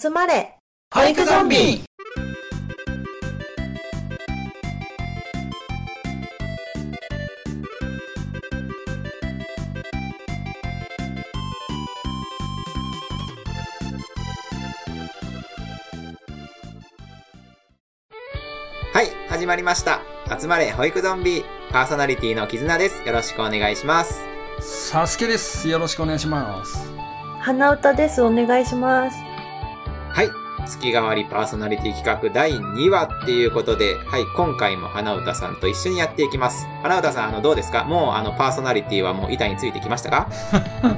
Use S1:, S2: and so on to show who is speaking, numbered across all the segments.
S1: 集まれ
S2: 俳句ゾンビ
S3: はい、始まりました。集まれ保育ゾンビ。パーソナリティの絆です。よろしくお願いします。
S2: サスケです。よろしくお願いします。
S1: 花歌です。お願いします。
S3: はい、月替わりパーソナリティ企画第2話っていうことで、はい、今回も花歌さんと一緒にやっていきます。花歌さん、あの、どうですかもう、あの、パーソナリティはもう板についてきましたか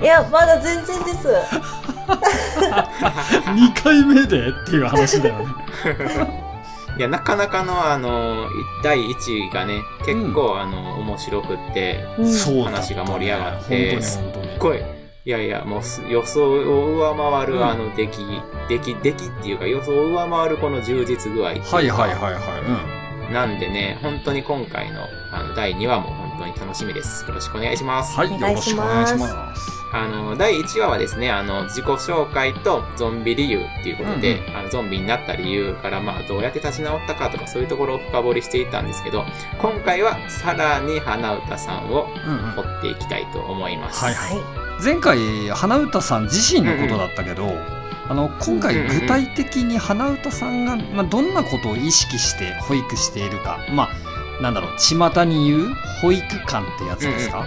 S1: いや、まだ全然です。
S2: 2回目でっていう話だよね。
S3: いや、なかなかの、あの、第1がね、結構、あの、面白くって、
S1: うん
S2: そうだ
S3: 話が盛り上がっ
S2: 本
S3: て
S2: 当に
S3: すっ
S2: 本
S3: ごい。いやいや、もうす予想を上回
S2: うん
S3: るあの出来、出来、出来っていうか予想を上回るこの充実具合っていうか
S2: 当に。はいはいはいは
S3: なんでね、本当に今回のあの第2話も本当に楽しみです。よろしくお願いします。
S2: い。うん。は
S1: 願い
S2: い、よろ
S1: し
S2: しくお
S1: ま
S2: 願い
S1: す
S2: します。
S3: あの、第1話はですね、あの、自己紹介とゾンビ理由っていうことで、
S2: う
S3: あのゾンビになった理由から、まあ、どうやって立ち直ったかとか、そういうところを深掘りしていったんですけど、今回はさらに花歌さんを
S2: うんうん
S3: 掘っていきたいと思います。
S2: はいは
S1: は
S2: 前回花歌さん自身のことだったけど、あの今回具体的に花歌さんが、まあ、どんなことを意識して保育しているかまあなんだろう巷に言う保育感ってやつですか、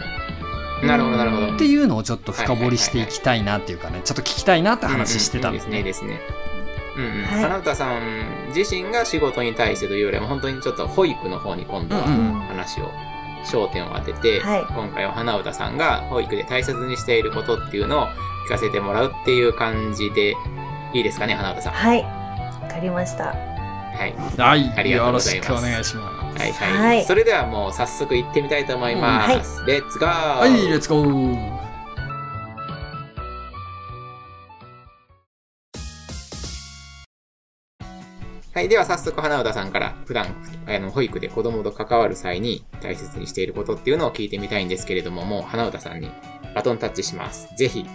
S3: なるほど、なるほど。
S2: っていうのをちょっと深掘りしていきたいなっていうかねちょっと聞きたいなって話してたん
S3: うん
S2: で
S3: うん
S2: す
S3: い
S2: ね。
S3: いですね、いいですね。うんうん、
S1: はい
S3: 花歌さん自身が仕事に対してというよりも、本当にちょっと保育の方に今度は
S2: うんうん
S3: 話を焦点を当てて、
S1: はい。
S3: 今回は花歌さんが保育で大切にしていることっていうのを聞かせてもらうっていう感じでいいですかね花歌さん。は
S1: は
S3: い
S1: い。わかりました。
S3: い、
S2: はい、
S3: ありが
S2: よ
S3: とうご
S2: ろ
S3: ざい
S2: し
S3: ます
S2: くお願いします。
S3: はい、はい、
S1: はい
S3: それではもう早速行ってみたいと思います。レッツゴー、
S2: はい、レッツゴー。
S3: はい、では早速花歌さんから普段あの保育で子供と関わる際に大切にしていることっていうのを聞いてみたいんですけれども、もう花歌さんにバトンタッチします。ぜひ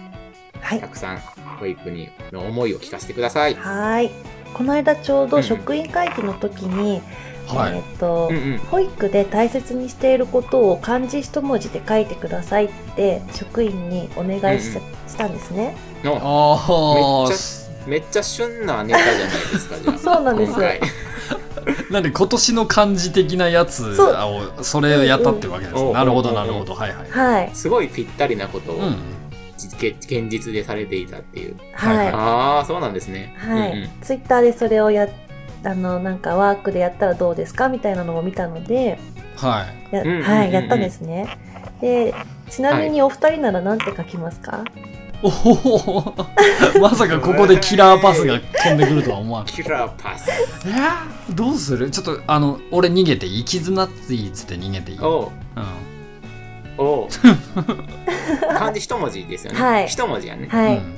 S1: はい
S3: た。くさん保育にの思いを聞かせてください。
S1: はい。この間ちょうど職員会議の時に、
S2: はい
S1: えっと、
S3: うんうん。
S1: 保育で大切にしていることを漢字一文字で書いてくださいって職員にお願いし,、
S3: う
S1: したんですね。
S3: の
S2: あ
S3: めっちゃ
S2: あ、
S3: めっちゃ旬なネタじゃないですか、じゃ あ。
S1: そうなんです
S3: 今回
S2: なんで今年の漢字的なやつ
S1: そう
S2: をそれをやったってわけです
S3: うんう
S2: ね。
S3: ん
S2: なるほど
S3: うん
S2: なるほど、はいはい。
S1: はい。
S3: すごいぴったりなことを、
S2: うん、
S3: 実現実でされていたっていう。
S1: はい。
S3: ああ、そうなんですね。
S1: はい、
S3: うんうん
S1: ツイッターでそれをやあのなんかワークでやったらどうですかみたいなのを見たので
S2: はい。
S1: や,、
S3: うんうんうんうん
S1: はい、やったんですねでちなみにお二人なら何て書きますか、
S2: おほほほまさかここでキラーパスが飛んでくるとは思わん。
S3: キラーパス
S2: えー、どうするちょっとあの俺逃げていい絆っていいっつって逃げていい、うん、
S3: を、 を、漢字一文字ですよね。
S1: はい
S3: 一文字やね。
S1: はい、
S2: うん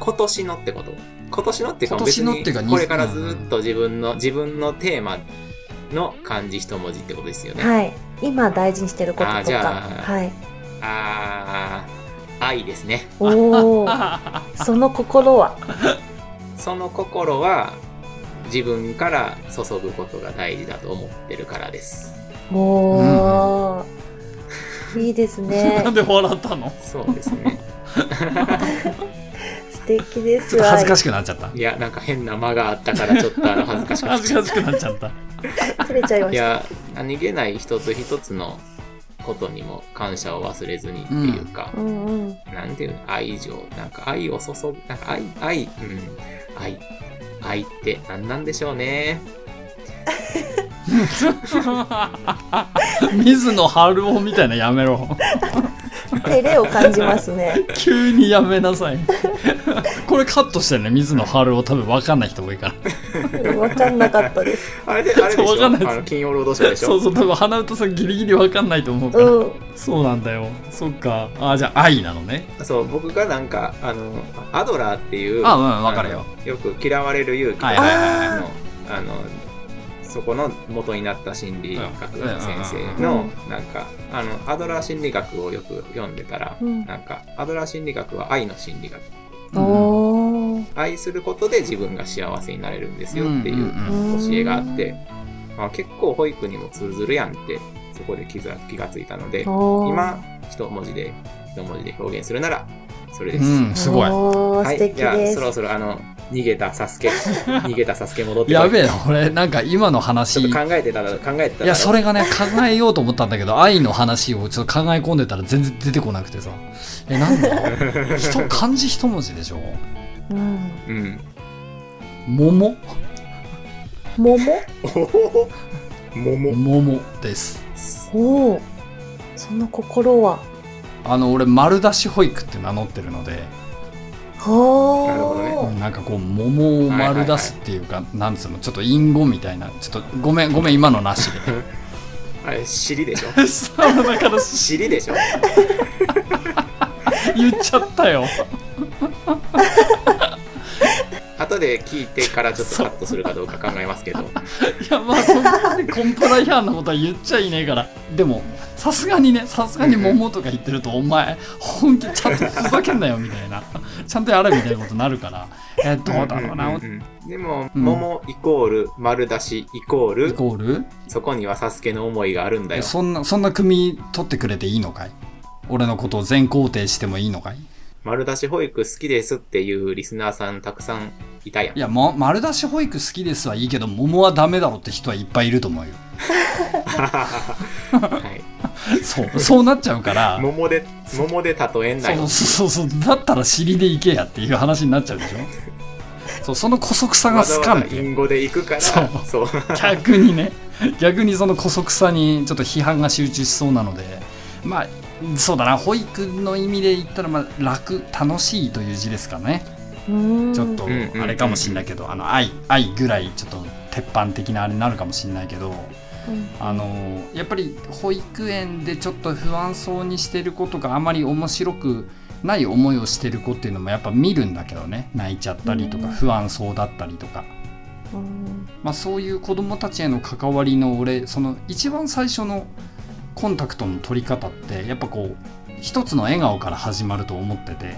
S3: 今年のってこと今年のっていうか
S2: 今年のっていうか
S3: 別にこれからずっと自分の、自分のテーマの漢字一文字ってことですよね。
S1: はい今大事にしてることと
S3: あ
S1: か
S3: ーじゃあ
S1: はい
S3: ああ愛ですね。
S1: おお その心は
S3: その心は自分から注ぐことが大事だと思ってるからです。
S1: もう、いいですね
S2: なんで笑ったの
S3: そうです ね。
S1: 素敵で
S2: ち
S1: す
S2: ょっと恥ずか
S1: し
S2: しくなっちゃった
S3: いや、なんか変な間があったからちょっとあの恥ずかしかっ
S2: 恥ずかしくなっちゃった
S1: 照れちゃいま
S3: た。い
S1: した
S3: や、何気ない一つ一つのことにも感謝を忘れずにっていうか、
S1: うんうん
S3: なんていうの愛情、なんか愛を注ぐ、なんか愛、愛、うん、愛、愛って何なんでしょうね。
S2: 水野晴夫みたいなやめろ
S1: 照れを感じますね
S2: 急にやめなさい これカットしてね水野晴夫多分分かんない人多いから
S1: 分かんなかったです
S3: あれで、あれでし
S2: わ
S3: ょ
S2: か
S3: あ
S2: んないです
S3: の、金曜ロードショーでしょ
S2: そうそう多分花歌さんギリギリ分かんないと思うから、
S1: うん
S2: そうなんだよそっかあじゃあ愛なのね
S3: そう僕がなんかあのアドラーっていう
S2: あうんわかるよ
S3: あのよく嫌われる勇気と
S2: はい
S3: か
S2: はい
S1: あー
S3: のあのそこの元になった心理学の先
S1: う
S3: 生の
S1: ん
S3: なんかあのアドラー心理学をよく読んでたら、
S1: うん
S3: なんかアドラー心理学は愛の心理学
S2: うん
S1: おー
S3: 愛解することで自分が幸せになれるんですよっていう
S2: うん
S3: 教えがあって、あ結構保育にも通ずるやんってそこで気づ気がついたので
S1: 今
S3: 今一文字で一文字で表現するならそれです、
S2: うん、すごい。
S1: おー素敵
S3: じゃあ
S1: です
S3: そろそろあの逃げたサス ケ逃げたサスケ戻ってこい
S2: やべえ、俺なんか今の
S3: ち
S2: 話、
S3: ょっ
S2: い
S3: と考えてたら考えてたら
S2: や、それがね、考えようと思ったんだけど、愛の話をちょっと考え込んでたら全然出てこなくてさ。え、なんだ 人、漢字一文字でしょ
S1: うん
S3: うん
S2: 桃
S1: 桃
S3: おお桃
S2: 桃です。
S1: おおその心は
S2: あの、俺、丸出し保育って名乗ってるので、
S3: なるほど
S1: は
S2: なんかこう、桃を丸出すっていうか、なんつうの、ちょっと隠語みたいな、ちょっとごめん、ごめん、今のなしで。
S3: あれ尻でしょ
S2: そうだから
S3: 尻でしょ
S2: 言っちゃった よ。
S3: 後で聞いてからちょっとカットするかどうか考えますけど
S2: いやまあそんなにコンプライアンのことは言っちゃいねえからでもさすがにねさすがに桃とか言ってるとお前本気ちゃんとふざけんなよみたいな ちゃんとやれみたいなことになるからえどうだろう
S3: うん
S2: な
S3: うんうんうんでも、
S2: うん
S3: 桃イコール丸出しイコー
S2: イ
S3: ル
S2: コー
S3: そこにはサスケの思いがあるんだよ
S2: ルそんなそんな組取ってくれていいのかい俺のことを全肯定してもいいのかい
S3: 丸出し保育好きですっていうリスナーさんたくさんいたやん
S2: いや、ま、丸出し保育好きですはいいけど桃はダメだろって人はいっぱいいると思うよ
S3: はい、
S2: そうそうなっちゃうから
S3: 桃で桃で例えんな
S2: そ
S3: よ
S2: うそうそうそうだったら尻で行けやっていう話になっちゃうでしょそうその姑息さが
S3: わざ
S2: 好か
S3: わ
S2: ん
S3: ざ
S2: て
S3: 隠語で行くから
S2: そ
S3: そうう
S2: 逆にね逆にその姑息さにちょっと批判が集中しそうなのでまあそうだな保育の意味で言ったら、まあ、楽楽しいという字ですかね
S1: いうん
S2: ちょっと
S3: んうんうん
S2: あれかもしれないけどあの愛愛ぐらいちょっと鉄板的なあれになるかもしれないけど
S1: うん
S2: あのやっぱり保育園でちょっと不安そうにしてる子とかあまり面白くない思いをしてる子っていうのもやっぱ見るんだけどね泣いちゃったりとか
S1: うん
S2: 不安そうだったりとか、
S1: うん
S2: まあ、そういう子どもたちへの関わりの俺その一番最初のコンタクトの取り方ってやっぱこう一つの笑顔から始まると思ってて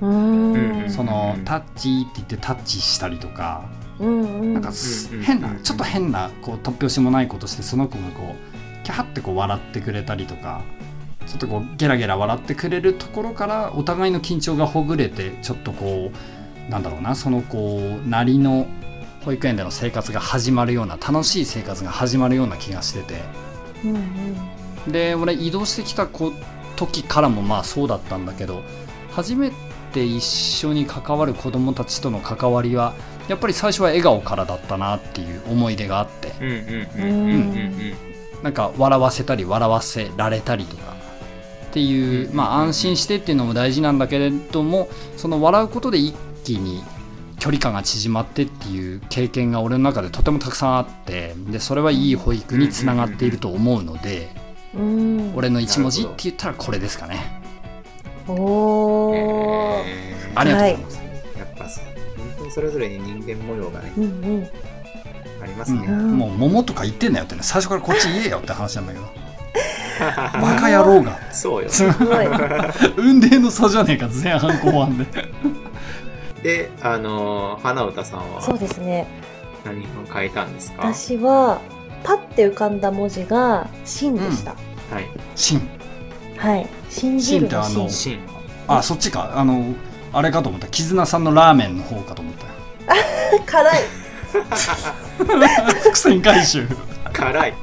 S1: うん
S3: うん
S2: その「タッチ」って言ってタッチしたりとか
S1: うんうん
S2: なんか
S3: うんうんうん
S2: 変なちょっと変なこう突拍子もないことしてその子がこうキャハってこう笑ってくれたりとかちょっとこうゲラゲラ笑ってくれるところからお互いの緊張がほぐれてちょっとこうなんだろうなその子なりの保育園での生活が始まるような楽しい生活が始まるような気がしてて
S1: うんうん
S2: で俺移動してきた子時からもまあそうだったんだけど初めて一緒に関わる子どもたちとの関わりはやっぱり最初は笑顔からだったなっていう思い出があって
S3: うんうんうんうんうんうん
S2: なんか笑わせたり笑わせられたりとかっていう、
S3: うん
S2: まあ、安心してっていうのも大事なんだけれどもその笑うことで一気に距離感が縮まってっていう経験が俺の中でとてもたくさんあってでそれはいい保育につながっていると思うので
S1: うん
S2: 俺の一文字って言ったらこれですかね
S1: おー
S3: えー
S2: ありがとうございます、
S3: やっぱそう本当にそれぞれに人間模様がね
S1: うんうん
S3: ありますね、
S1: う
S2: う、
S1: んん
S2: もう桃とか言ってんなよってね最初からこっち言えよって話なんだけど
S1: ま
S2: バカ野郎が
S3: そうよ
S1: すごい
S2: 運命の差じゃねえか前半後半で
S3: であのー花歌さん
S1: そう
S3: は
S1: ですね
S3: 何を変えたんですかは
S1: 私はパッて浮かんだ文字が「信」でした、
S3: い
S2: シン
S1: はい信じるの
S2: 信ってあの
S1: 信
S3: シン
S2: あそっちかあのあれかと思った絆さんのラーメンの方かと思ったよ
S1: 辛い
S2: 伏線回収
S3: 辛い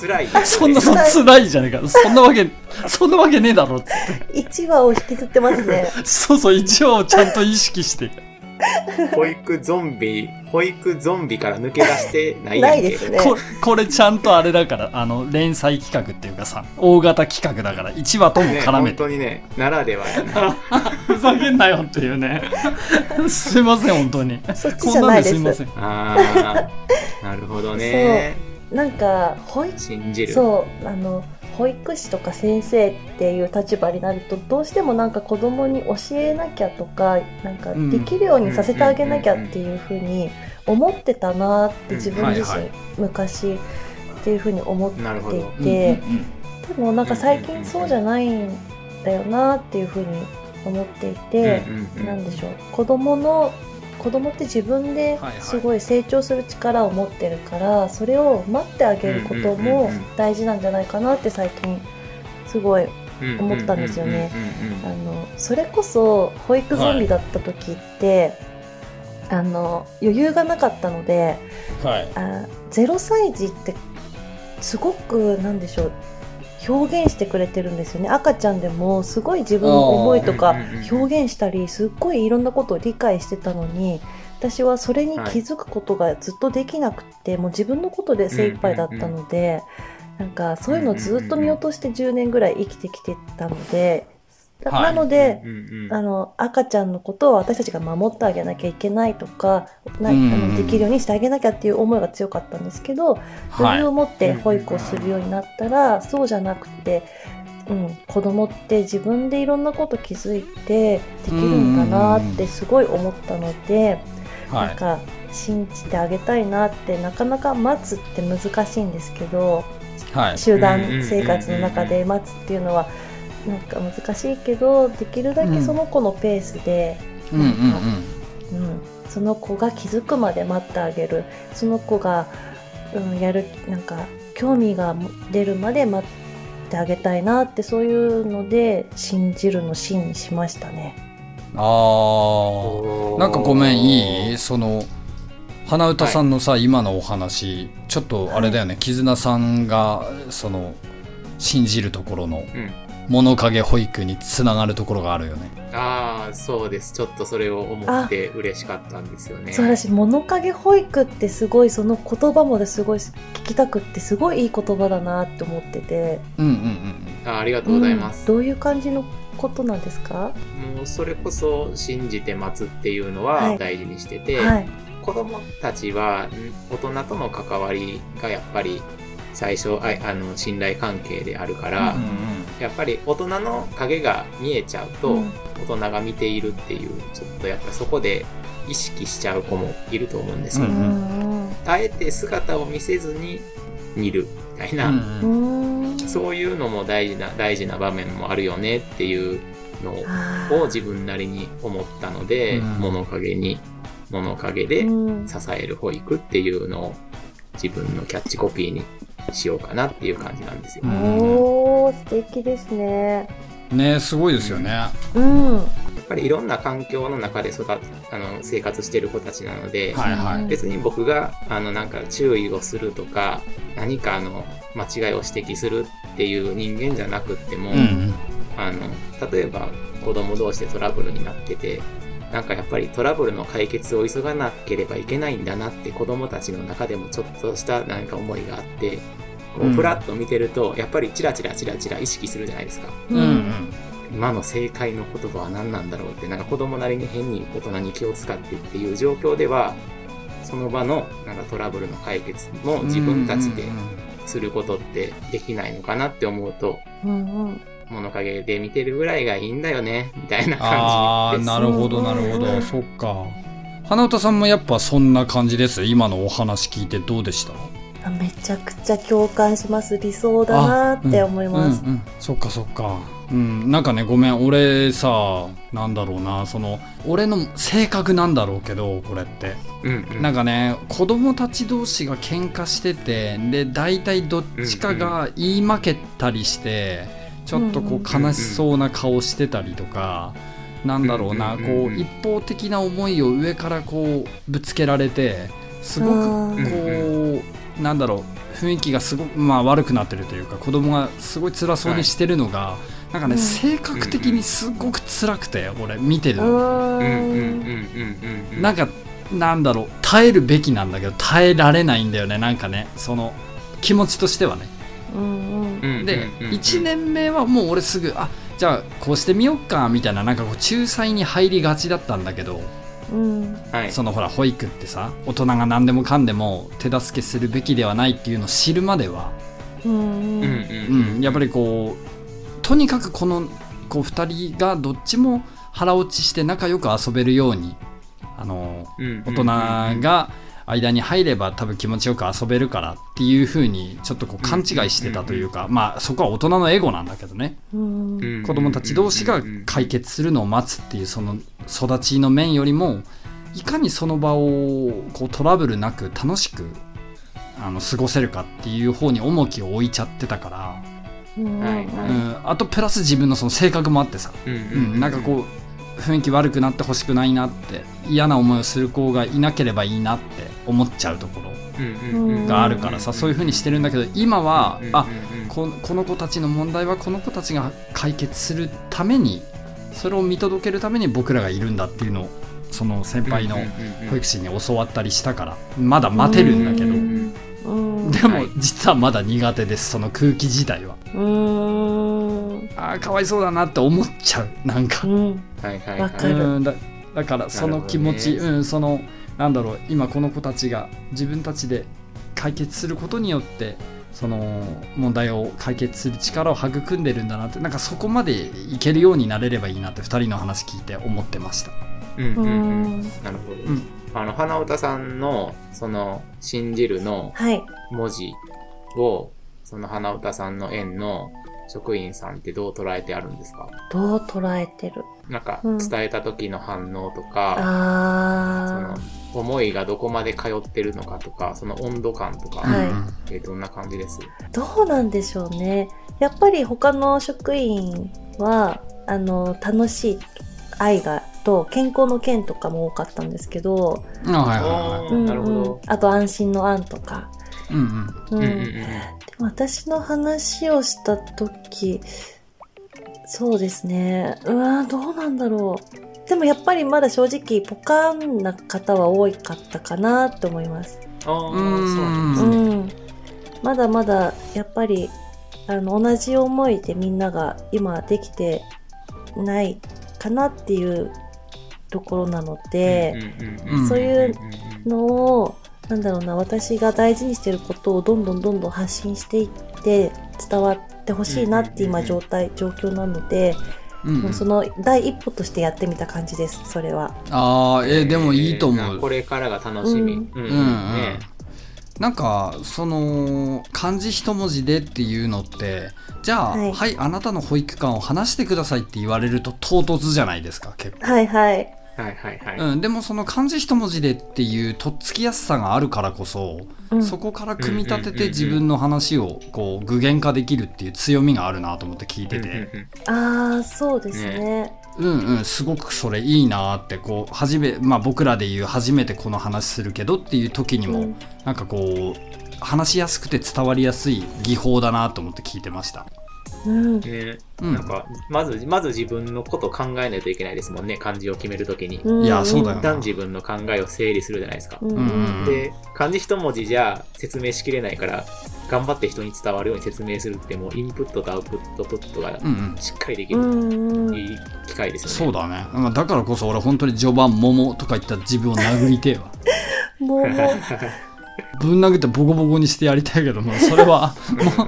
S3: 辛い
S2: そんなの辛いじゃねえかそんなわけそんなわけねえだろっつって
S1: 1話を引きずってますね
S2: そうそう一応ちゃんと意識して
S3: 保育ゾンビ保育ゾンビから抜け出してないや
S1: な
S3: んけ
S1: いですね
S2: ここれちゃんとあれだからあの連載企画っていうかさ大型企画だから1話とも
S3: ね
S2: 絡め
S3: 本
S2: て、
S3: 当にねならではやな
S2: ふざけんなよっていう ねすいません本当に
S1: そっち
S2: こ
S1: じ
S2: ん
S1: ゃ
S2: な
S1: なんい
S2: で
S1: です
S2: い
S1: す
S2: ません
S3: あーなるほどね
S1: なんか保育
S3: 信じる
S1: そうあの保育士とか先生っていう立場になるとどうしてもなんか子供に教えなきゃとかなんか
S2: うん
S1: できるようにさせてあげなきゃっていうふうに思ってたなって自分自
S2: うんはい
S1: 身
S2: は
S1: 昔っていうふうに思って
S3: なるほど
S1: いて。
S2: うんうんうん
S1: でもなんか最近そうじゃないんだよなっていうふうに思っていて、
S3: うんうんうん
S1: なんでしょう子供の子供って自分で
S2: はいはい
S1: すごい成長する力を持ってるから、それを待ってあげること
S3: うんうんう
S1: も
S3: んうん
S1: 大事なんじゃないかなって最近すごい思ったんですよねあ
S3: ね。
S1: のそれこそ保育ゾンビだった時って、あの余裕がなかったので
S2: はい
S1: あ0歳児ってすごくなんでしょう表現してくれてるんですよね赤ちゃんでもすごい自分の思いと
S3: あ
S1: か
S3: ーうんうんうん
S1: 表現したりすっごいいろんなことを理解してたのに私はそれに気づくことがずっとできなくて、もう自分のことで精一杯だったので、なんかそういうのをずっと見落として10年ぐらい生きてきてたので、な
S2: はい
S1: なので、
S3: うんうんうん
S1: あの赤ちゃんのことを私たちが守ってあげなきゃいけないとかないあ
S2: うんうん
S1: のできるようにしてあげなきゃっていう思いが強かったんですけど
S2: は
S1: 余裕
S2: い
S1: を持って保育をするようになったら、そうじゃなくて、うん、子供って自分でいろんなこと気づいてできるんだなってすごい思ったので、
S2: は
S1: なん
S2: い
S1: か信じてあげたいなってなかなか待つって難しいんですけど
S2: はい
S1: 集団生活の中で待つっていうのはなんか難しいけどできるだけその子のペースで、
S2: うんうんうん
S1: うん、その子が気づくまで待ってあげるその子が、うん、やるなんか興味が出るまで待ってあげたいなってそういうので信じるの信にしましたね。
S2: ああなんかごめんいいその花歌さんのさ、今のお話ちょっとあれだよね絆さんがその信じるところの
S3: うん
S2: 物陰保育につながるところがあるよね
S3: ああ、そうです。ちょっとそれを思って嬉しかったんですよね。
S1: そうだし物陰保育ってすごいその言葉もですごい聞きたくってすごいいい言葉だなって思ってて
S2: うんうんうん
S3: あーありがとうございます。
S1: うんどういう感じのことなんですか、
S3: もうそれこそ信じて待つっていうの
S1: は
S3: はい大事にしてて、
S1: はい、
S3: 子供たちはん大人との関わりがやっぱり最初ああの信頼関係であるか
S2: う
S3: ら、
S2: んうん
S3: やっぱり大人の影が見えちゃうと、
S1: うん
S3: 大人が見ているっていうちょっとやっぱそこで意識しちゃう子もいると思うんですよ、
S2: うん
S1: うん
S3: あえて姿を見せずに見るみたいな、
S2: うん
S1: う
S2: うん
S1: ん
S3: そういうのも大事な大事な場面もあるよねっていうのを
S1: あー
S3: を自分なりに思ったので、
S2: うん
S3: 物陰に物陰で
S1: うん
S3: 支える保育っていうのを自分のキャッチコピーにしようかなっていう感じなんですよ。
S2: うん
S1: おー素敵ですね。
S2: ねすごいですよね
S1: うん。は
S3: やっぱりいろんな環境の中で育っあの生活してる子たちなので、
S2: はいはい
S3: 別に僕があのなんか注意をするとか何かあの間違いを指摘するっていう人間じゃなくっても、
S2: うんうん
S3: あの例えば子供同士でトラブルになっててなんかやっぱりトラブルの解決を急がなければいけないんだなって子供たちの中でもちょっとしたなんか思いがあってこ
S2: う
S3: うんフラッと見てるとやっぱりチラチラチラチラ意識するじゃないですか
S2: うんうん
S3: 今の正解の言葉は何なんだろうってなんか子供なりに変に大人に気を使ってっていう状況ではその場のなんかトラブルの解決も自分たちで
S2: うんうん
S3: することってできないのかなって思うと
S1: うんうん。
S3: 物陰で見てるぐらいがいいんだよねみたいな
S2: あー
S3: 感じです
S2: なるほどなるほどそっか花歌さんもやっぱそんな感じです今のお話聞いてどうでした
S1: あめちゃくちゃ共感します。理想だなーって思います
S2: う。んうんそっかそっかうんなんかねごめん俺さなんだろうなその俺の性格なんだろうけどこれって
S3: うんうん
S2: なんかね子供たち同士が喧嘩しててで大体どっちかが言い負けたりして、ちょっとこ
S1: うん
S2: う悲しそうな顔してたりとか、なんだろうな、
S3: う
S2: こ
S3: んうん
S2: う
S3: うん
S2: 一方的な思いを上からこうぶつけられてすごく
S1: あー
S2: こうなんだろう雰囲気がすごく、まあ、悪くなってるというか子供がすごい辛そうにしてるのが、なんかね、
S1: うん
S2: 性格的にすごく辛くて俺見てる
S1: うん
S2: の
S3: うんうんうんうんうん
S2: なんかなんだろう耐えるべきなんだけど耐えられないんだよねなんかねその気持ちとしてはね
S1: うんうん。
S3: うん
S2: で
S3: うんうん
S2: 1年目はもう俺すぐあじゃあこうしてみよっかみたいななんかこう仲裁に入りがちだったんだけど
S1: うん
S3: はい
S2: そのほら保育ってさ大人が何でもかんでも手助けするべきではないっていうのを知るまでは、
S1: うん
S3: う
S1: うん。
S3: うん
S2: うんん、やっぱりこうとにかくこのこう2人がどっちも腹落ちして仲良く遊べるようにあの
S3: うん
S2: 大人が間に入れば多分気持ちよく遊べるからっていう風にちょっとこう勘違いしてたというかまあそこは大人のエゴなんだけどね
S1: うんうん
S2: 子供たち同士が解決するのを待つっていうその育ちの面よりもいかにその場をこうトラブルなく楽しくあの過ごせるかっていう方に重きを置いちゃってたから、
S1: うん
S3: はいは
S2: う
S3: い
S2: ん、あとプラス自分のその性格もあってさ、
S3: うん
S2: うんなんかこう雰囲気悪くなってほしくないなって嫌な思いをする子がいなければいいなって思っちゃうところ
S3: うんうんうん
S2: があるからさそういう風にしてるんだけど今は
S3: うんうんうん
S2: あここの子たちの問題はこの子たちが解決するためにそれを見届けるために僕らがいるんだっていうのをその先輩の
S3: うんうんうん
S2: 保育士に教わったりしたからまだ待てるんだけど
S1: う
S2: で
S1: んうん
S2: も実はまだ苦手ですその空気自体は
S1: うんうん
S2: あーかわいそうだなって思っちゃうなんか
S3: はいはい
S1: わ
S3: は
S1: か
S3: い
S1: る
S2: うんだだからその気持ち、
S3: なるほ
S2: うんそのなんだろう今この子たちが自分たちで解決することによってその問題を解決する力を育んでるんだなってなんかそこまでいけるようになれればいいなって2人の話聞いて思ってました
S3: うん
S1: う
S3: うんうん
S1: ん
S3: なるほど
S2: うん
S3: あの花歌さんのその「信じる」の
S1: はい
S3: 文字をその花歌さんの園の職員さんってどう捉えてあるんですか
S1: どう捉えてる
S3: なんか
S1: うん
S3: 伝えた時の反応とか、そ
S1: あ
S3: の思いがどこまで通ってるのかとかその温度感とか、
S1: はい
S2: うんうん
S3: えーどんな感じです
S1: ーどうなんでしょうねやっぱり他の職員はあの楽しい愛がと健康の件とかも多かったんですけど、
S2: あはいはいは
S3: あーなるほど
S1: あと安心の案とか、
S2: いうん
S1: うん
S2: うん
S3: うんうんうん
S1: 私の話をした時そうですねうわーどうなんだろうでもやっぱりまだ正直ポカンな方は多かったかなって思います
S3: ああ、
S2: うーん
S3: そうなんで
S1: う
S3: すね。
S1: ん、まだまだやっぱりあの同じ思いでみんなが今できてないかなっていうところなので、
S3: んんん
S1: そういうん
S3: ん
S1: のをなんだろうな私が大事にしてることをどんどんどんどん発信していって伝わってほしいなって今状態状況なので、
S2: うんう
S1: もうんその第一歩としてやってみた感じですそれは。
S2: ああえーでもいいと思う、
S3: えーこれからが楽しみ。
S1: う
S3: うんん
S2: うんう
S3: うん
S2: ん
S3: ね
S2: なんかその漢字一文字でっていうのってじゃあ
S1: は
S2: 「はいい、あなたの保育館を話してください」って言われると唐突じゃないですか結構、
S1: はいはい。
S3: はいはいはい。
S2: うん、でもその漢字一文字でっていうとっつきやすさがあるからこそ、
S1: うん
S2: そこから組み立て
S3: うんうんうんう
S2: て
S3: ん
S2: 自分の話をこう具現化できるっていう強みがあるなと思って聞いてて、
S1: ああそうですね。
S2: うんうんすごくそれいいなってこう初め、まあ、僕らで言う初めてこの話するけどっていう時にも、
S1: うん
S2: なんかこう話しやすくて伝わりやすい技法だなと思って聞いてました。
S1: うん、
S3: ね
S2: うん、
S3: なんか、まず、まず自分のことを考えないといけないですもんね、漢字を決めるときに。
S1: うん
S2: いやそうだよ
S3: 一旦自分の考えを整理するじゃないですか
S1: う。ん
S2: うんうん
S3: で、漢字一文字じゃ説明しきれないから、頑張って人に伝わるように説明するって、もうインプットとアウプットとットが
S2: うんうん、
S3: しっかりでき
S1: う
S3: る、
S1: んうん、
S3: いい機会です
S2: そ
S3: よ
S2: う
S3: ね。
S2: だね、まあ、だからこそ俺本当に序盤「桃」とか言った自分を殴りてえわ
S1: もうもう
S2: ぶん殴ってボコボコにしてやりたいけどもそれは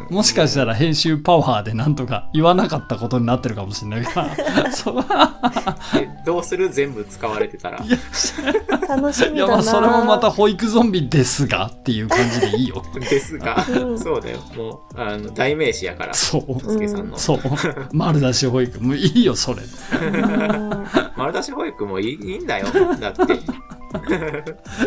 S2: ももしかしたら編集パワーでなんとか言わなかったことになってるかもしれないからそう
S3: でどうする全部使われてたら。
S2: いや
S1: 楽し
S2: い
S1: みだな
S2: やまあそれもまた保育ゾンビですがっていう感じでいいよ
S3: ですが、
S1: うん
S3: そうだよ。もう、あの、代名詞やから、す
S2: そう
S3: けさんの。
S2: そう丸出し保育もういいよそれ
S1: うん
S3: 丸出し保育もいいいいんだよ。だって。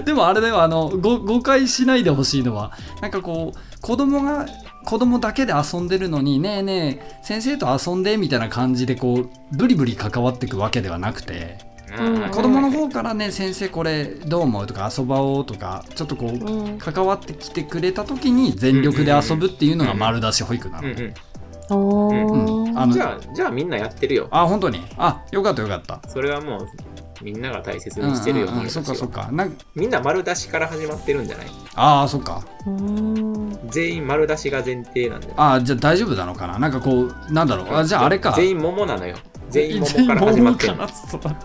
S2: でもあれだよあのご誤解しないでほしいのはなんかこう子供が子供だけで遊んでるのにねえねえ先生と遊んでみたいな感じでこうブリブリ関わっていくわけではなくて
S1: うん
S2: 子供の方からね先生これどう思うとか遊ばおうとかちょっとこう
S1: うん
S2: 関わってきてくれた時に全力で遊ぶっていうのが丸出し保育な
S3: うん
S2: の。
S3: うん。
S1: お
S2: う
S1: ー
S2: ん、あの
S3: じゃあ、じゃあみんなやってるよ。
S2: あ本当にあよかったよかった。
S3: それはもう、みんなが大切
S2: うんう
S3: にしてるよ、
S2: んう
S3: 丸
S2: ん、
S3: 出し
S2: そっかそっ
S3: を。
S2: かなん
S3: みんな丸出しから始まってるんじゃない
S2: ああそっか
S1: うん
S3: 全員丸出しが前提なんだよ。
S2: ああじゃあ大丈夫なのかななんかこうなんだろうあじゃああれか
S3: 全員桃なのよ。全員桃から始まって
S2: 全。
S3: る
S2: 員桃から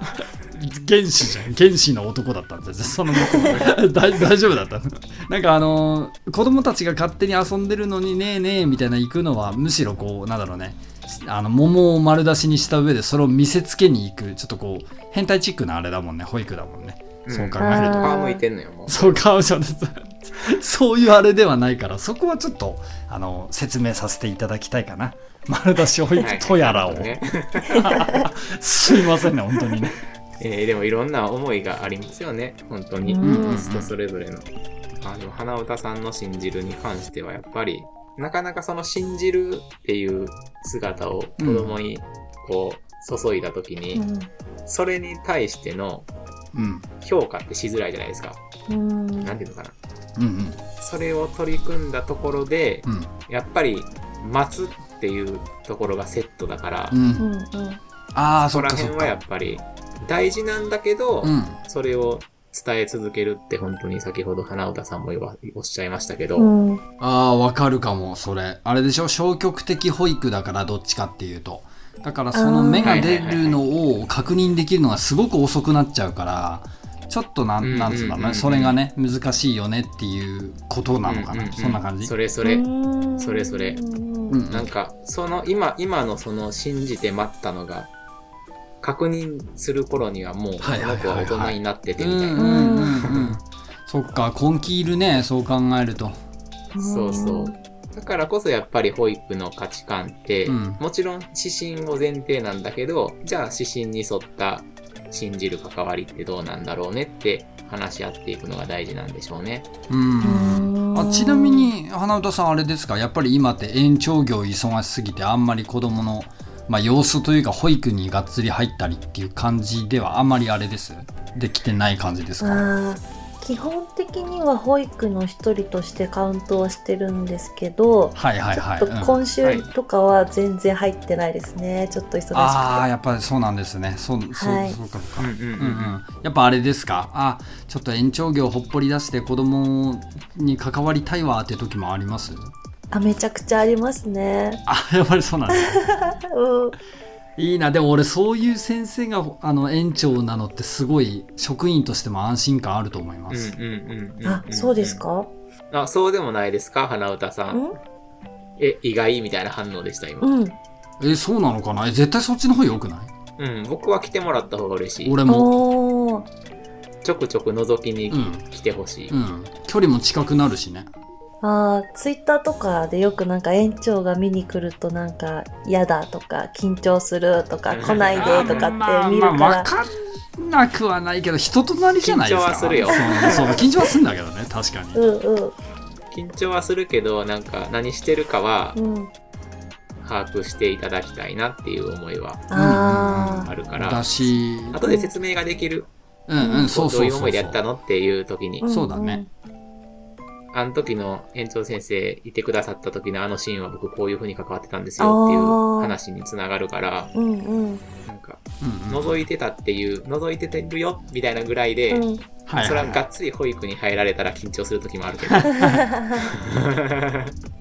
S2: 原始じゃん原始の男だったんだよその元大大丈夫だったのなんかあのー子供たちが勝手に遊んでるのにねえねえみたいな行くのはむしろこうなんだろうねあの桃を丸出しにした上でそれを見せつけに行くちょっとこう変態チックなあれだもんね保育だもんね、
S3: うん
S2: そう考えると
S1: あー
S3: 皮むいてんのよ、もう。
S2: そうかそうですそういうあれではないからそこはちょっとあの説明させていただきたいかな丸出し保育とやらを、
S3: はい
S2: すいませんね本当にね
S3: えーでもいろんな思いがありますよね本当に、
S1: うん
S2: うん
S3: 人それぞれの。あでも花歌さんの信じるに関してはやっぱりなかなかその信じるっていう姿を子供にこう注いだ時に、それに対しての
S2: うん
S3: 評価ってしづらいじゃないですか。
S1: うんうん
S3: なんていうのかな。
S2: うんうん
S3: それを取り組んだところで、
S2: うん
S3: やっぱり待つっていうところがセットだから、
S2: う
S1: うんんうん
S2: ああそ
S3: そ
S2: っ
S3: こら
S2: かそっ
S3: 辺はやっ
S2: か
S3: ぱり大事なんだけど、
S2: うん
S3: それを伝え続けるって本当に先ほど花歌さんも言わおっしゃいましたけど、
S1: うん
S2: ああーわかるかもそれあれでしょ消極的保育だからどっちかっていうとだからその芽が出るのを確認できるのがすごく遅くなっちゃうからちょっとな
S3: うん
S2: んなんつうんだろう
S3: うんうんうん
S2: ねそれがね難しいよねっていうことなのか
S3: うう
S2: な
S3: う
S2: そんな感じ
S3: それそれ、
S1: うん
S3: それそれ
S1: うん
S2: うん
S3: なんかその今今のその信じて待ったのが確認する頃にはもうこ
S2: はいはいは
S3: の
S2: い
S3: 子
S2: はい
S3: は大人になってて
S2: うん
S3: みたいな、
S2: うんうんうんそっか根気いるねそう考えると
S3: そうそうだからこそやっぱり保育の価値観って、
S2: うん
S3: もちろん指針を前提なんだけどじゃあ指針に沿った信じる関わりってどうなんだろうねって話し合っていくのが大事なんでしょうね。
S2: うん
S1: うん
S2: あちなみに花歌さんあれですかやっぱり今って延長業忙しすぎてあんまり子供のまあ様子というか保育にがっつり入ったりっていう感じではあんまりあれですできてない感じですか
S1: あー基本的には保育の一人としてカウントはしてるんですけど、
S2: はいはいはい、
S1: ちょっ
S2: うん
S1: と
S2: あ
S1: 今週とかは全然入ってないですね、ちょっと忙しくて
S2: あーやっぱりそうなんですねそうそう,、
S1: はい
S2: そうかそうか
S3: うんうん
S2: うんうんやっぱあれですかあちょっと延長業ほっぽり出して子供に関わりたいわって時もあります
S1: あめちゃくちゃありますね
S2: あやっぱりそうなんです
S1: うん
S2: いいなでも俺そういう先生があの園長なのってすごい職員としても安心感あると思いま
S3: うん
S2: す、
S3: うんうん
S1: あそうですか
S3: あそうでもないですか花歌さ
S1: うん
S3: ん。え意外みたいな反応でした今。
S1: うん
S2: えそうなのかなえ絶対そっちの方が良くな
S3: うん僕は来てもらった方が嬉し
S2: い
S3: い。
S2: 俺も
S1: おー
S3: ちょくちょく覗き
S2: う
S3: に
S2: ん
S3: 来てほしい。
S2: うん距離も近くなるしね
S1: あーツイッターとかでよくなんか園長が見に来るとなんか嫌だとか緊張するとか来ないでとかって見るから、
S2: まあまあ分かんなくはないけど人となりじゃないですか
S3: 緊張はするよ
S2: そうそう緊張はするんだけどね確かに
S1: うんうん
S3: 緊張はするけどなんか何してるかは
S1: うん
S3: 把握していただきたいなっていう思いは
S1: あ
S3: あるから
S2: だ。し
S3: 後で説明ができる。
S2: うんうんそう
S3: ど
S2: そうう
S3: いう
S2: そ
S3: 思
S2: う
S3: いでやったのっていう時に
S1: ー、
S2: そうだね
S3: あの時の園長先生いてくださった時のあのシーンは僕こういう風に関わってたんですよってい
S1: あー
S3: う話につながるから、
S1: うんうん
S3: なんか
S2: うんうん
S3: 覗いてたっていう、覗いててるよみたいなぐらいで、
S1: うん
S2: はい
S3: それ
S2: は
S3: はいがっつり保育に入られたら緊張する時もあるけど。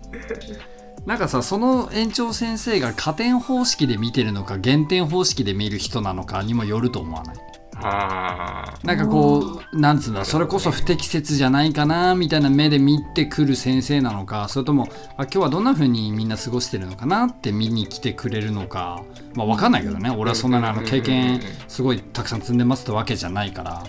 S2: なんかさその園長先生が加点方式で見てるのか減点方式で見る人なのかにもよると思わない
S3: あ
S2: なんかこうなんつうんだそれこそ不適切じゃないかなみたいな目で見てくる先生なのかそれともあ今日はどんな風にみんな過ごしてるのかなって見に来てくれるのかまあ分かんないけどね俺はそんなのあの経験すごいたくさん積んでますってわけじゃないから
S3: あ、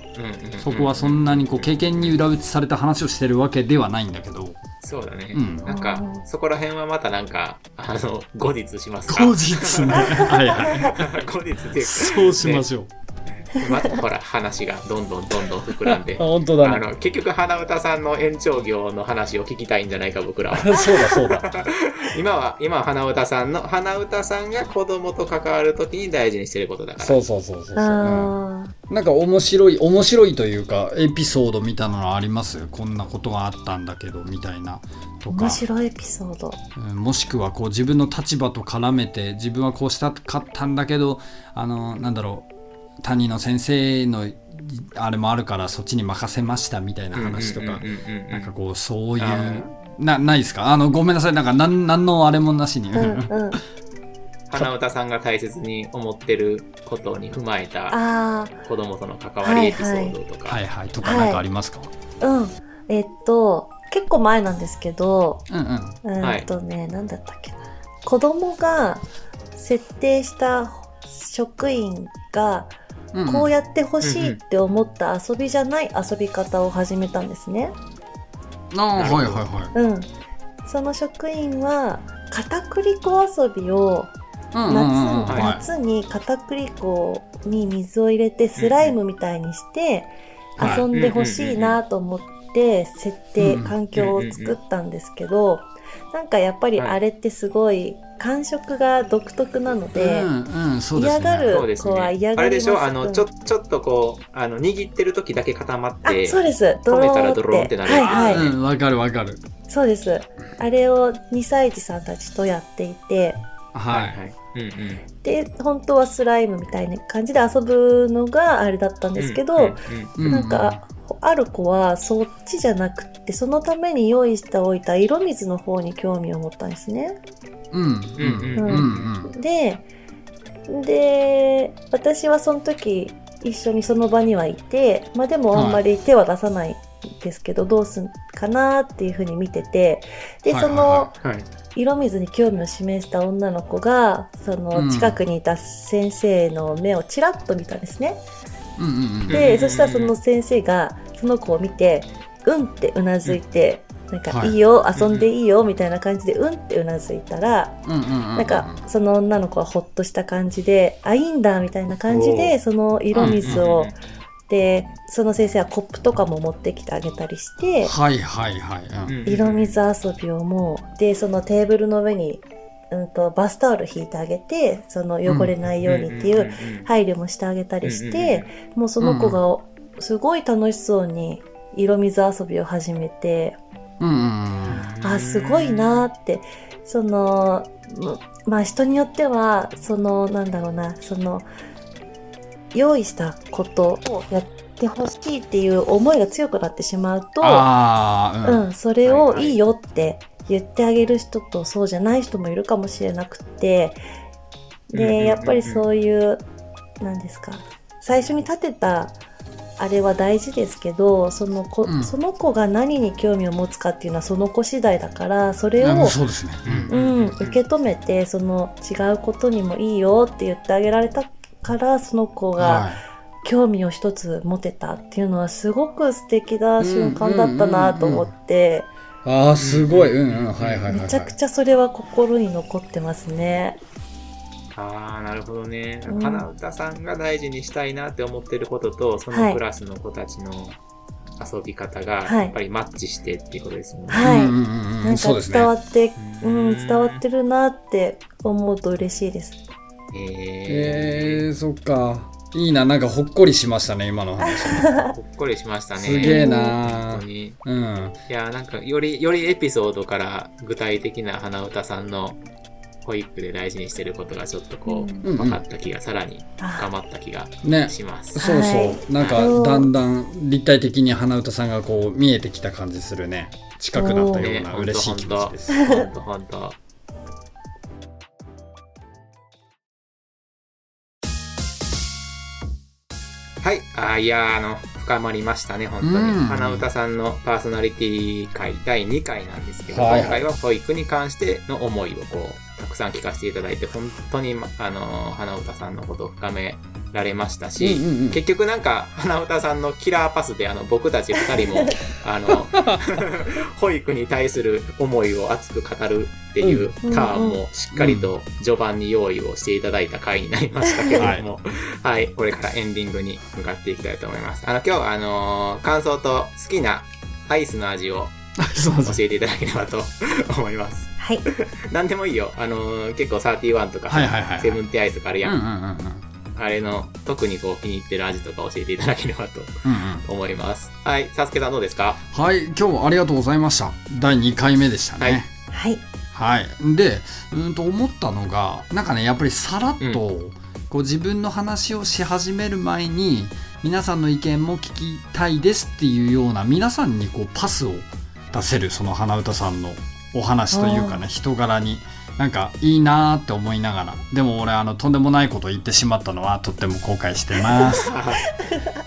S2: そこはそんなにこう経験に
S3: う
S2: 裏打ちされた話をしてるわけではないんだけど
S3: そうだね。
S2: うん
S3: なんか、そこら辺はまたなんか、あの、後日しますか。
S2: 後日ね はいは
S3: 後日って
S2: いそうしましょう。
S3: いうか、またほら、話がどんどんどんどん膨らんで
S2: 本当
S3: あの結局、花歌さんの延長業の話を聞きたいんじゃないか、僕らは。
S2: そうだそうだ。
S3: 今は、今は花歌さんの、花歌さんが子供と関わるときに大事にしてることだから。
S2: うそうそうそ
S1: あ
S2: なんか面白い、面白いというか、エピソードみたいなのありますこんなことがあったんだけど、みたいな。
S1: ー
S2: と
S1: 面
S2: か、
S1: 白いエピソ ード
S2: うんもしくはこう自分の立場と絡めて、自分はこうしたかったんだけど、あの、なんだろう、谷の先生の、あれもあるから、そっちに任せましたみたいな話とか、
S3: うんうんうんうんうん
S2: なんかこう、そうい
S3: あー
S2: う、な、ないですかあの、ごめんなさい、なんか、なん、なんのあれもなしに。
S1: うんうん
S3: 花歌さんが大切に思ってることに踏まえた
S1: あー
S3: 子供との関わりエピソードとか。
S2: はいはい、とか、なんかありますか、
S1: うんえっと結構前なんですけど
S2: うんうん。
S1: うんとね、なんだったっけな子供が設定した職員が
S2: うんうん
S1: こうやってほしいって思った遊びじゃない遊び方を始めたんですね。
S2: ああ、
S3: な
S2: は
S3: る
S2: い
S3: ほ
S2: は
S3: ど
S2: いはい。
S1: うん、その職員は片栗粉遊びを
S2: うんうんうん
S1: 夏
S2: はい
S1: 夏に片栗粉に水を入れてスライムみたいにして
S2: はい
S1: 遊んでほしいなと思って設定環境を作ったんですけどなんかやっぱりあれってすごい感触が独特なので
S2: うんうんそうです
S1: 嫌
S2: ね
S1: がる
S3: そうですね。
S1: 子は嫌
S3: あ
S1: がります
S3: れでしょあの、ちょ、ちょっとこう、あの、握ってる時だけ固まっ
S1: あ
S3: て。
S1: そうですド
S3: 止め
S1: ロ
S3: たら
S1: ーンっ
S3: ドローンって
S1: て
S3: なる
S1: は
S3: や
S1: い
S3: つ
S1: はい
S2: うんわかるわかる
S1: そうですあれを2歳児さんたちとやっていて
S2: は
S3: はいい。うんうん。
S1: で本当はスライムみたいな感じで遊ぶのがあれだったんですけど、
S3: うんうん
S2: う
S1: なんかある子はそっちじゃなくってそのために用意しておいた色水の方に興味を持ったんですね。
S2: うんうん
S3: うん
S2: う
S1: うんん
S2: うん
S1: でで私はその時一緒にその場にはいて、まあ、でもあんまり手は出さないんですけど、どうすんかなっていうふうに見ててで
S2: はい
S1: そ
S2: はいはい
S1: の
S3: はい。
S1: 色水に興味を示した女の子がそ
S2: うん
S1: の近くにいた先生の目をちらっと見たんですね。
S2: うんうんうん
S3: うんうんう
S1: で
S3: ん
S1: そしたらその先生がその子を見て「うん」ってうなずいて「なん
S2: は
S1: か
S2: い
S1: いいよ遊んでいいよ」みたいな感じで「うん」ってうなずいたら
S2: うんうんうん
S1: なんかその女の子はほっとした感じで「あいいんだ」みたいな感じ
S3: お
S1: でその色水を
S3: う
S1: でその先生はコップとかも持ってきてあげたりして
S2: はいはいはいうん
S3: んうんうん
S1: 色。水遊びをもうでそのテーブルの上に、うん、とバスタオル引いてあげてその汚れないようにっていう
S3: う
S1: 配慮もしてあげたりして。
S3: んうんうん
S1: もうその子がすごい楽しそうに色水遊びを始めて、
S2: うんうん
S1: あすごいなーってそのむまあ人によってはそのなんだろうなその用意したことをやってほしいっていう思いが強くなってしまうと、
S2: ああ
S1: うん、それを
S3: はいはい
S1: いいよって言ってあげる人とそうじゃない人もいるかもしれなくて
S3: うんうんうんうん
S1: でやっぱりそういうなんですか最初に立てたあれは大事ですけどその子、
S2: うん
S1: その子が何に興味を持つかっていうのはその子次第だからそれ
S2: うん
S1: を
S2: あ、そうですねうん
S1: うん、受け止めてその違うことにもいいよって言ってあげられたからその子が
S2: はい
S1: 興味を一つ持てたっていうのはすごく素敵な瞬間だったなと思って
S2: ああすごいうんうんはいはいはいはい
S1: めちゃくちゃそれは心に残ってますね。
S3: ああ、なるほどね。
S1: うん
S3: 花歌さんが大事にしたいなって思ってることと、そ
S1: は
S3: の
S1: い
S3: クラスの子たちの遊び方が、
S1: はい
S3: やっぱりマッチしてっていうことですもんね。
S1: はい
S2: うんうんうんうん
S1: なん
S2: そう
S1: か
S2: ですね
S1: 伝わって、
S3: う
S1: うんん、伝わってるなって思うと嬉しいです。
S3: え
S2: えー、そっか。いいな、なんかほっこりしましたね、今の話。
S3: ー、ほっこりしましたね。
S2: すげえ
S3: 本
S2: な
S3: 当。に。
S2: うん。
S3: いやーなんか、より、よりエピソードから具体的な花歌さんの保育で大事にしてることがちょっとこ
S2: う
S3: う、
S2: んうん
S3: 分かった気が、さらに深まった気が
S2: ね。
S3: します。
S2: そうそう、
S1: は
S2: なんか
S1: うん
S2: だんだん立体的に花歌さんがこう見えてきた感じするね近くなったような
S3: おー
S2: 嬉しい気持ちです、
S3: ほんとほんと。はい。あーいやー、あの、深まりましたね、本当に。
S2: うん
S3: 花歌さんのパーソナリティ会第2回なんですけど、
S2: はいはい
S3: 今回は保育に関しての思いをこう、たくさん聞かせていただいて、本当に、まあのー、花歌さんのことを深められましたし、
S2: うんうんうん
S3: 結局なんか、花歌さんのキラーパスで、あの、僕たち二人 も、あの、保育に対する思いを熱く語るっていうターンもしっかりと序盤に用意をしていただいた回になりましたけれども、はい、これからエンディングに向かっていきたいと思います。あの、今日はあのー感想と好きなアイスの味を
S2: そうそう
S3: 教えていただければと 思います。
S1: はい。
S3: 何でもいいよ。あのー結構31とかさ、
S2: はいはいはい
S3: セブンティーアイスとかある
S2: う
S3: や
S2: ん
S3: ん。
S2: うんうんうん
S3: あれの特にこう気に入ってる味とか教えていただければと
S2: うんうん
S3: 思います。はい、サスケさんどうですか
S2: はい今日はありがとうございました第2回目でしたね、
S3: はい
S1: はい。
S2: はい、でうんと思ったのがなんかねやっぱりさらっと、こう自分の話をし始める前に皆さんの意見も聞きたいですっていうような皆さんにこうパスを出せるその花歌さんのお話というかね人柄になんかいいなーって思いながらでも俺あのとんでもないこと言ってしまったのはとっても後悔してます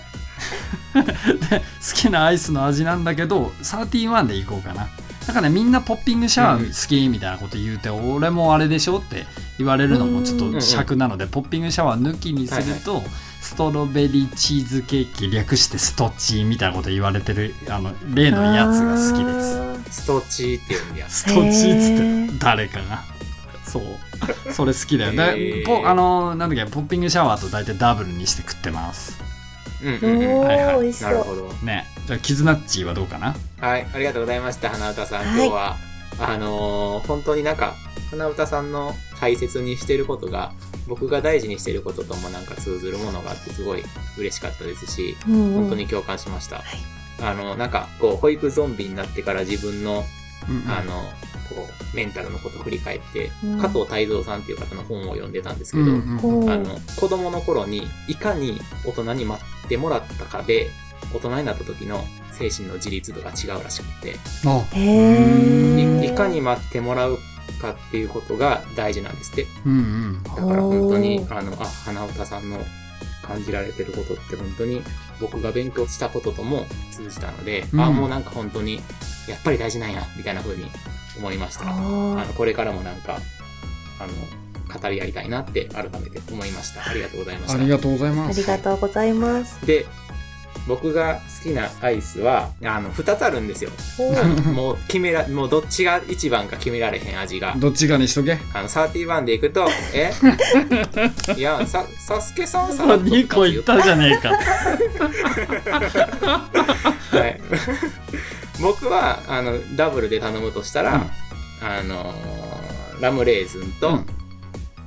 S2: で好きなアイスの味なんだけど31でいこうかなだからねみんなポッピングシャワー好きみたいなこと言うて、俺もあれでしょって言われるのもちょっと尺なので、ポッピングシャワー抜きにすると、ストロベリーチーズケーキ略してストッチーみたいなこと言われてるあの例のやつが好きです
S1: あー。
S3: ストッチーって呼んでやつ。
S2: ストッチーっつ
S1: へ
S2: って
S1: ー
S2: 誰かがそうそれ好きだよだ
S3: へー
S2: ポあのなんだっけポッピングシャワーと大体ダブルにして食ってます
S3: うん
S1: お
S3: うんうん
S2: はいは
S1: ー、
S2: い
S1: 美味しそ
S3: なる
S1: う。
S3: ほど。
S2: ねじゃあキズナッチーはどうかな
S3: はい、ありがとうございました、花歌さ
S1: は
S3: ん。
S1: い
S3: 今日は、あのー本当になんか、花歌さんの大切にしてることが、僕が大事にしてることともなんか通ずるものがあって、すごい嬉しかったですし、
S1: うんうん
S3: 本当に共感しました。
S1: はい
S3: あの、なんか、こう、保育ゾンビになってから自分の、
S2: うんうん
S3: あの、こう、メンタルのことを振り返って、
S1: うん
S3: 加藤泰造さんっていう方の本を読んでたんですけ
S2: う
S3: ど、
S2: んうんう
S1: う
S2: ん
S1: ん
S3: あの子供の頃にいかに大人に待ってもらったかで大人になった時の精神の自立度が違うらしくて
S2: あ
S1: へー
S3: いいかに待ってもらうかっていうことが大事なんですって
S2: うんうん
S3: だから本当に
S1: お
S3: あのあ花歌さんの感じられてることって本当に僕が勉強したこととも通じたので、
S2: うん
S3: あもうなんか本当にやっぱり大事なんやみたいな風に思いましたあ
S1: あ
S3: のこれからもなんかあの語り合いたいなって改めて思いましたありがとうございました
S2: ありがとうござい
S1: ー
S2: ま
S1: あ
S2: す
S1: りがとうございます。
S3: で僕が好きなアイスはあの2つあるんですよ
S1: おー
S3: もう決めらもうどっちが一番か決められへん味が
S2: どっちかにしとけ
S3: あの31でいくと えいやさサスケさんさらっと
S2: 2個いったじゃねえか
S3: はい 僕はあのダブルで頼むとしたら、
S2: うん
S3: あのーラムレーズンと
S2: うん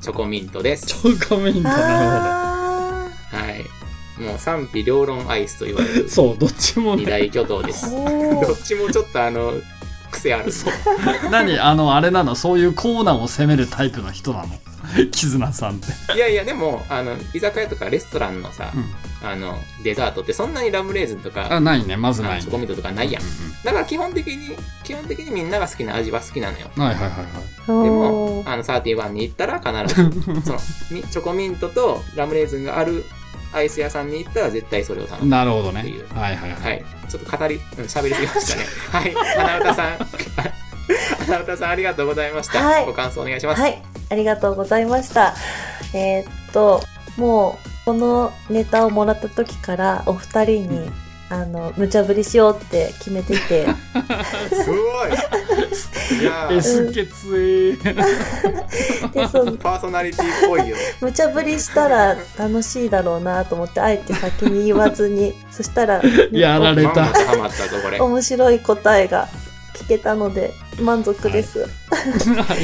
S3: チョコミントです、
S2: 超画面だなる
S1: あ
S3: はいもう賛否両論アイスと言われ
S2: ほど
S3: る
S2: そうどっちも
S3: 二
S2: ね
S3: 大巨頭です
S1: ー
S3: ど
S1: お
S3: っちもちょっとあの癖ある
S2: そう 何あのあれなのそういうコーナーを攻めるタイプの人なの絆さんって、
S3: いやいや、でも、あの、居酒屋とかレストランのさ、
S2: うん
S3: あの、デザートってそんなにラムレーズンと
S2: あ
S3: か、
S2: ないねまず
S3: あ
S2: な
S3: の
S2: い
S3: チ
S2: ね
S3: ョコミントとかないやん
S2: う。
S3: だから基本的に、基本的にみんなが好きな味は好きなのよ。
S2: うんはいはいはいはい
S1: ー。
S3: で
S1: お
S3: も、
S1: ー
S3: あの、31に行ったら必ず、その、みチョコミントとラムレーズンがあるアイス屋さんに行ったら絶対それを頼む。
S2: なるほどね
S3: っていう
S2: はいはいはい、
S3: はい。ちょっと語り、うん喋りすぎましたね。はい。花歌さん。 花歌さん、ありがとうございました。
S1: はい
S3: ご感想お願い します。
S1: はい、ありがとうございました。えーっと、もう、このネタをもらった時から、お二人に、
S2: うん
S1: あの、無茶ぶりしようって決めて て、
S3: すごい。いやー
S2: S 血え
S1: で、その、
S3: パーソナリティっぽいよ。
S1: 無茶ぶりしたら楽しいだろうなと思って、あえて先に言わず に、そしたら、
S2: やられ
S3: まん
S2: た
S3: まとハマったぞ、これ。
S1: 面白い答えが聞けたので、満足です。 は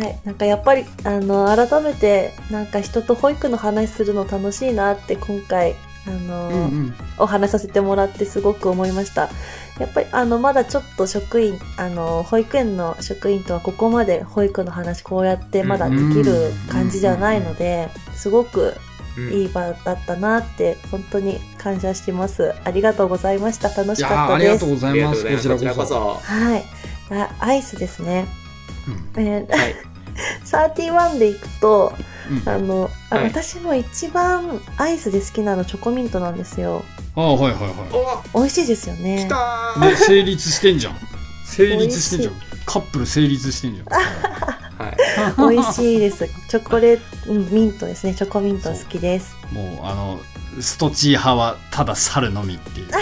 S1: い、なんかやっぱりあの改めてなんか人と保育の話するの楽しいなって今回あの、
S2: うんうん
S1: お話しさせてもらってすごく思いましたやっぱりあのまだちょっと職員あの保育園の職員とはここまで保育の話こうやってまだできる感じじゃないのですごく
S3: うん
S1: いい場だったなって本当に感謝してますありがとうございました楽
S2: い
S1: し
S2: や
S1: かっ
S2: ー
S1: た
S2: あり
S1: で
S2: が
S1: す
S2: とうござ
S3: あ
S2: い
S3: りが
S2: ま
S3: とう
S2: す
S3: ございます。こちらこ
S2: こ
S3: そ。
S1: はいあアイスですね
S2: うん
S1: えー
S3: はい。
S1: 31でいくと
S2: うん
S1: あの、あ
S3: はい
S1: 私も一番アイスで好きなのチョコミントなんですよ。
S2: ああはいはいは
S3: お
S1: 美味しいですよね。
S3: 来た
S2: い、
S3: ー
S2: ね、成立してんじゃん成立してんじゃんカップル成立してんじゃん
S3: はい。
S1: 美味しいです。チョコレート、うんミントですね。チョコミント好きです。
S2: もうあのストチー派はただ猿のみっていう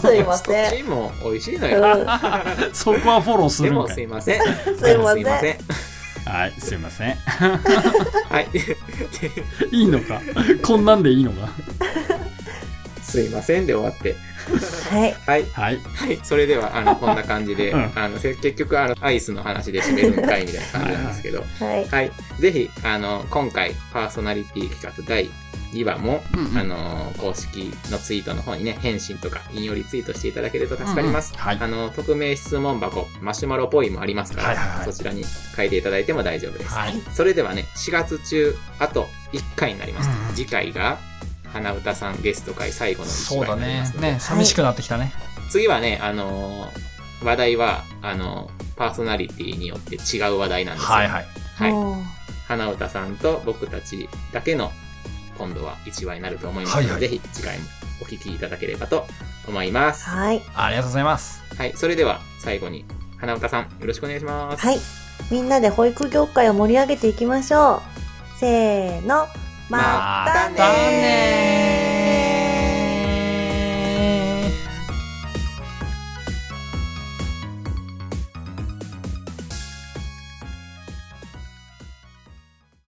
S1: すいま
S3: スト
S1: せん。
S3: チーも美味しいの
S1: う
S3: よ。
S1: ん
S2: そこはフォローす
S3: で
S2: るん
S3: も
S2: か
S3: す
S2: い
S3: いません。
S1: すいま
S3: でも
S1: せん。
S3: ん。
S2: はいすいません
S3: はい。
S2: いいのかこんなんでいいのか
S3: すいませんで終わって。
S1: はい。
S3: はい。
S2: はい
S3: はい。それでは、あの、こんな感じで、
S2: うん
S3: あの、せ結局、あの、アイスの話で締めるんかいみたいな感じなんですけど。
S1: はい。
S3: はい。ぜひ、あの、今回、パーソナリティ企画第2話も、
S2: うんうん
S3: あの、公式のツイートの方にね、返信とか、引用リツイートしていただけると助かります。
S2: うんうんはい
S3: あの、匿名質問箱、マシュマロポイもありますから、
S2: はいはいはい
S3: そちらに書いていただいても大丈夫です。
S2: はい
S3: それではね、4月中、あと1回になりました。
S2: うんうん
S3: 次回が、花歌さんゲスト会最後の1
S2: そう
S3: 話
S2: だ
S3: になりま
S2: ね
S3: すので、
S2: ね寂しくなってきたね
S3: 次はね、あのー話題は、あのーパーソナリティによって違う話題なんですよ。
S2: はいはい
S3: はい
S1: もう
S3: 花歌さんと僕たちだけの今度は1話になると思いますので、
S2: はいはい
S3: ぜひ次回もお聞きいただければと思います。は
S1: はい。
S2: ありがとうございます
S3: い、それでは最後に花歌さんよろしくお願いします。
S1: はい。みんなで保育業界を盛り上げていきましょう。せーの。またねー
S3: またねー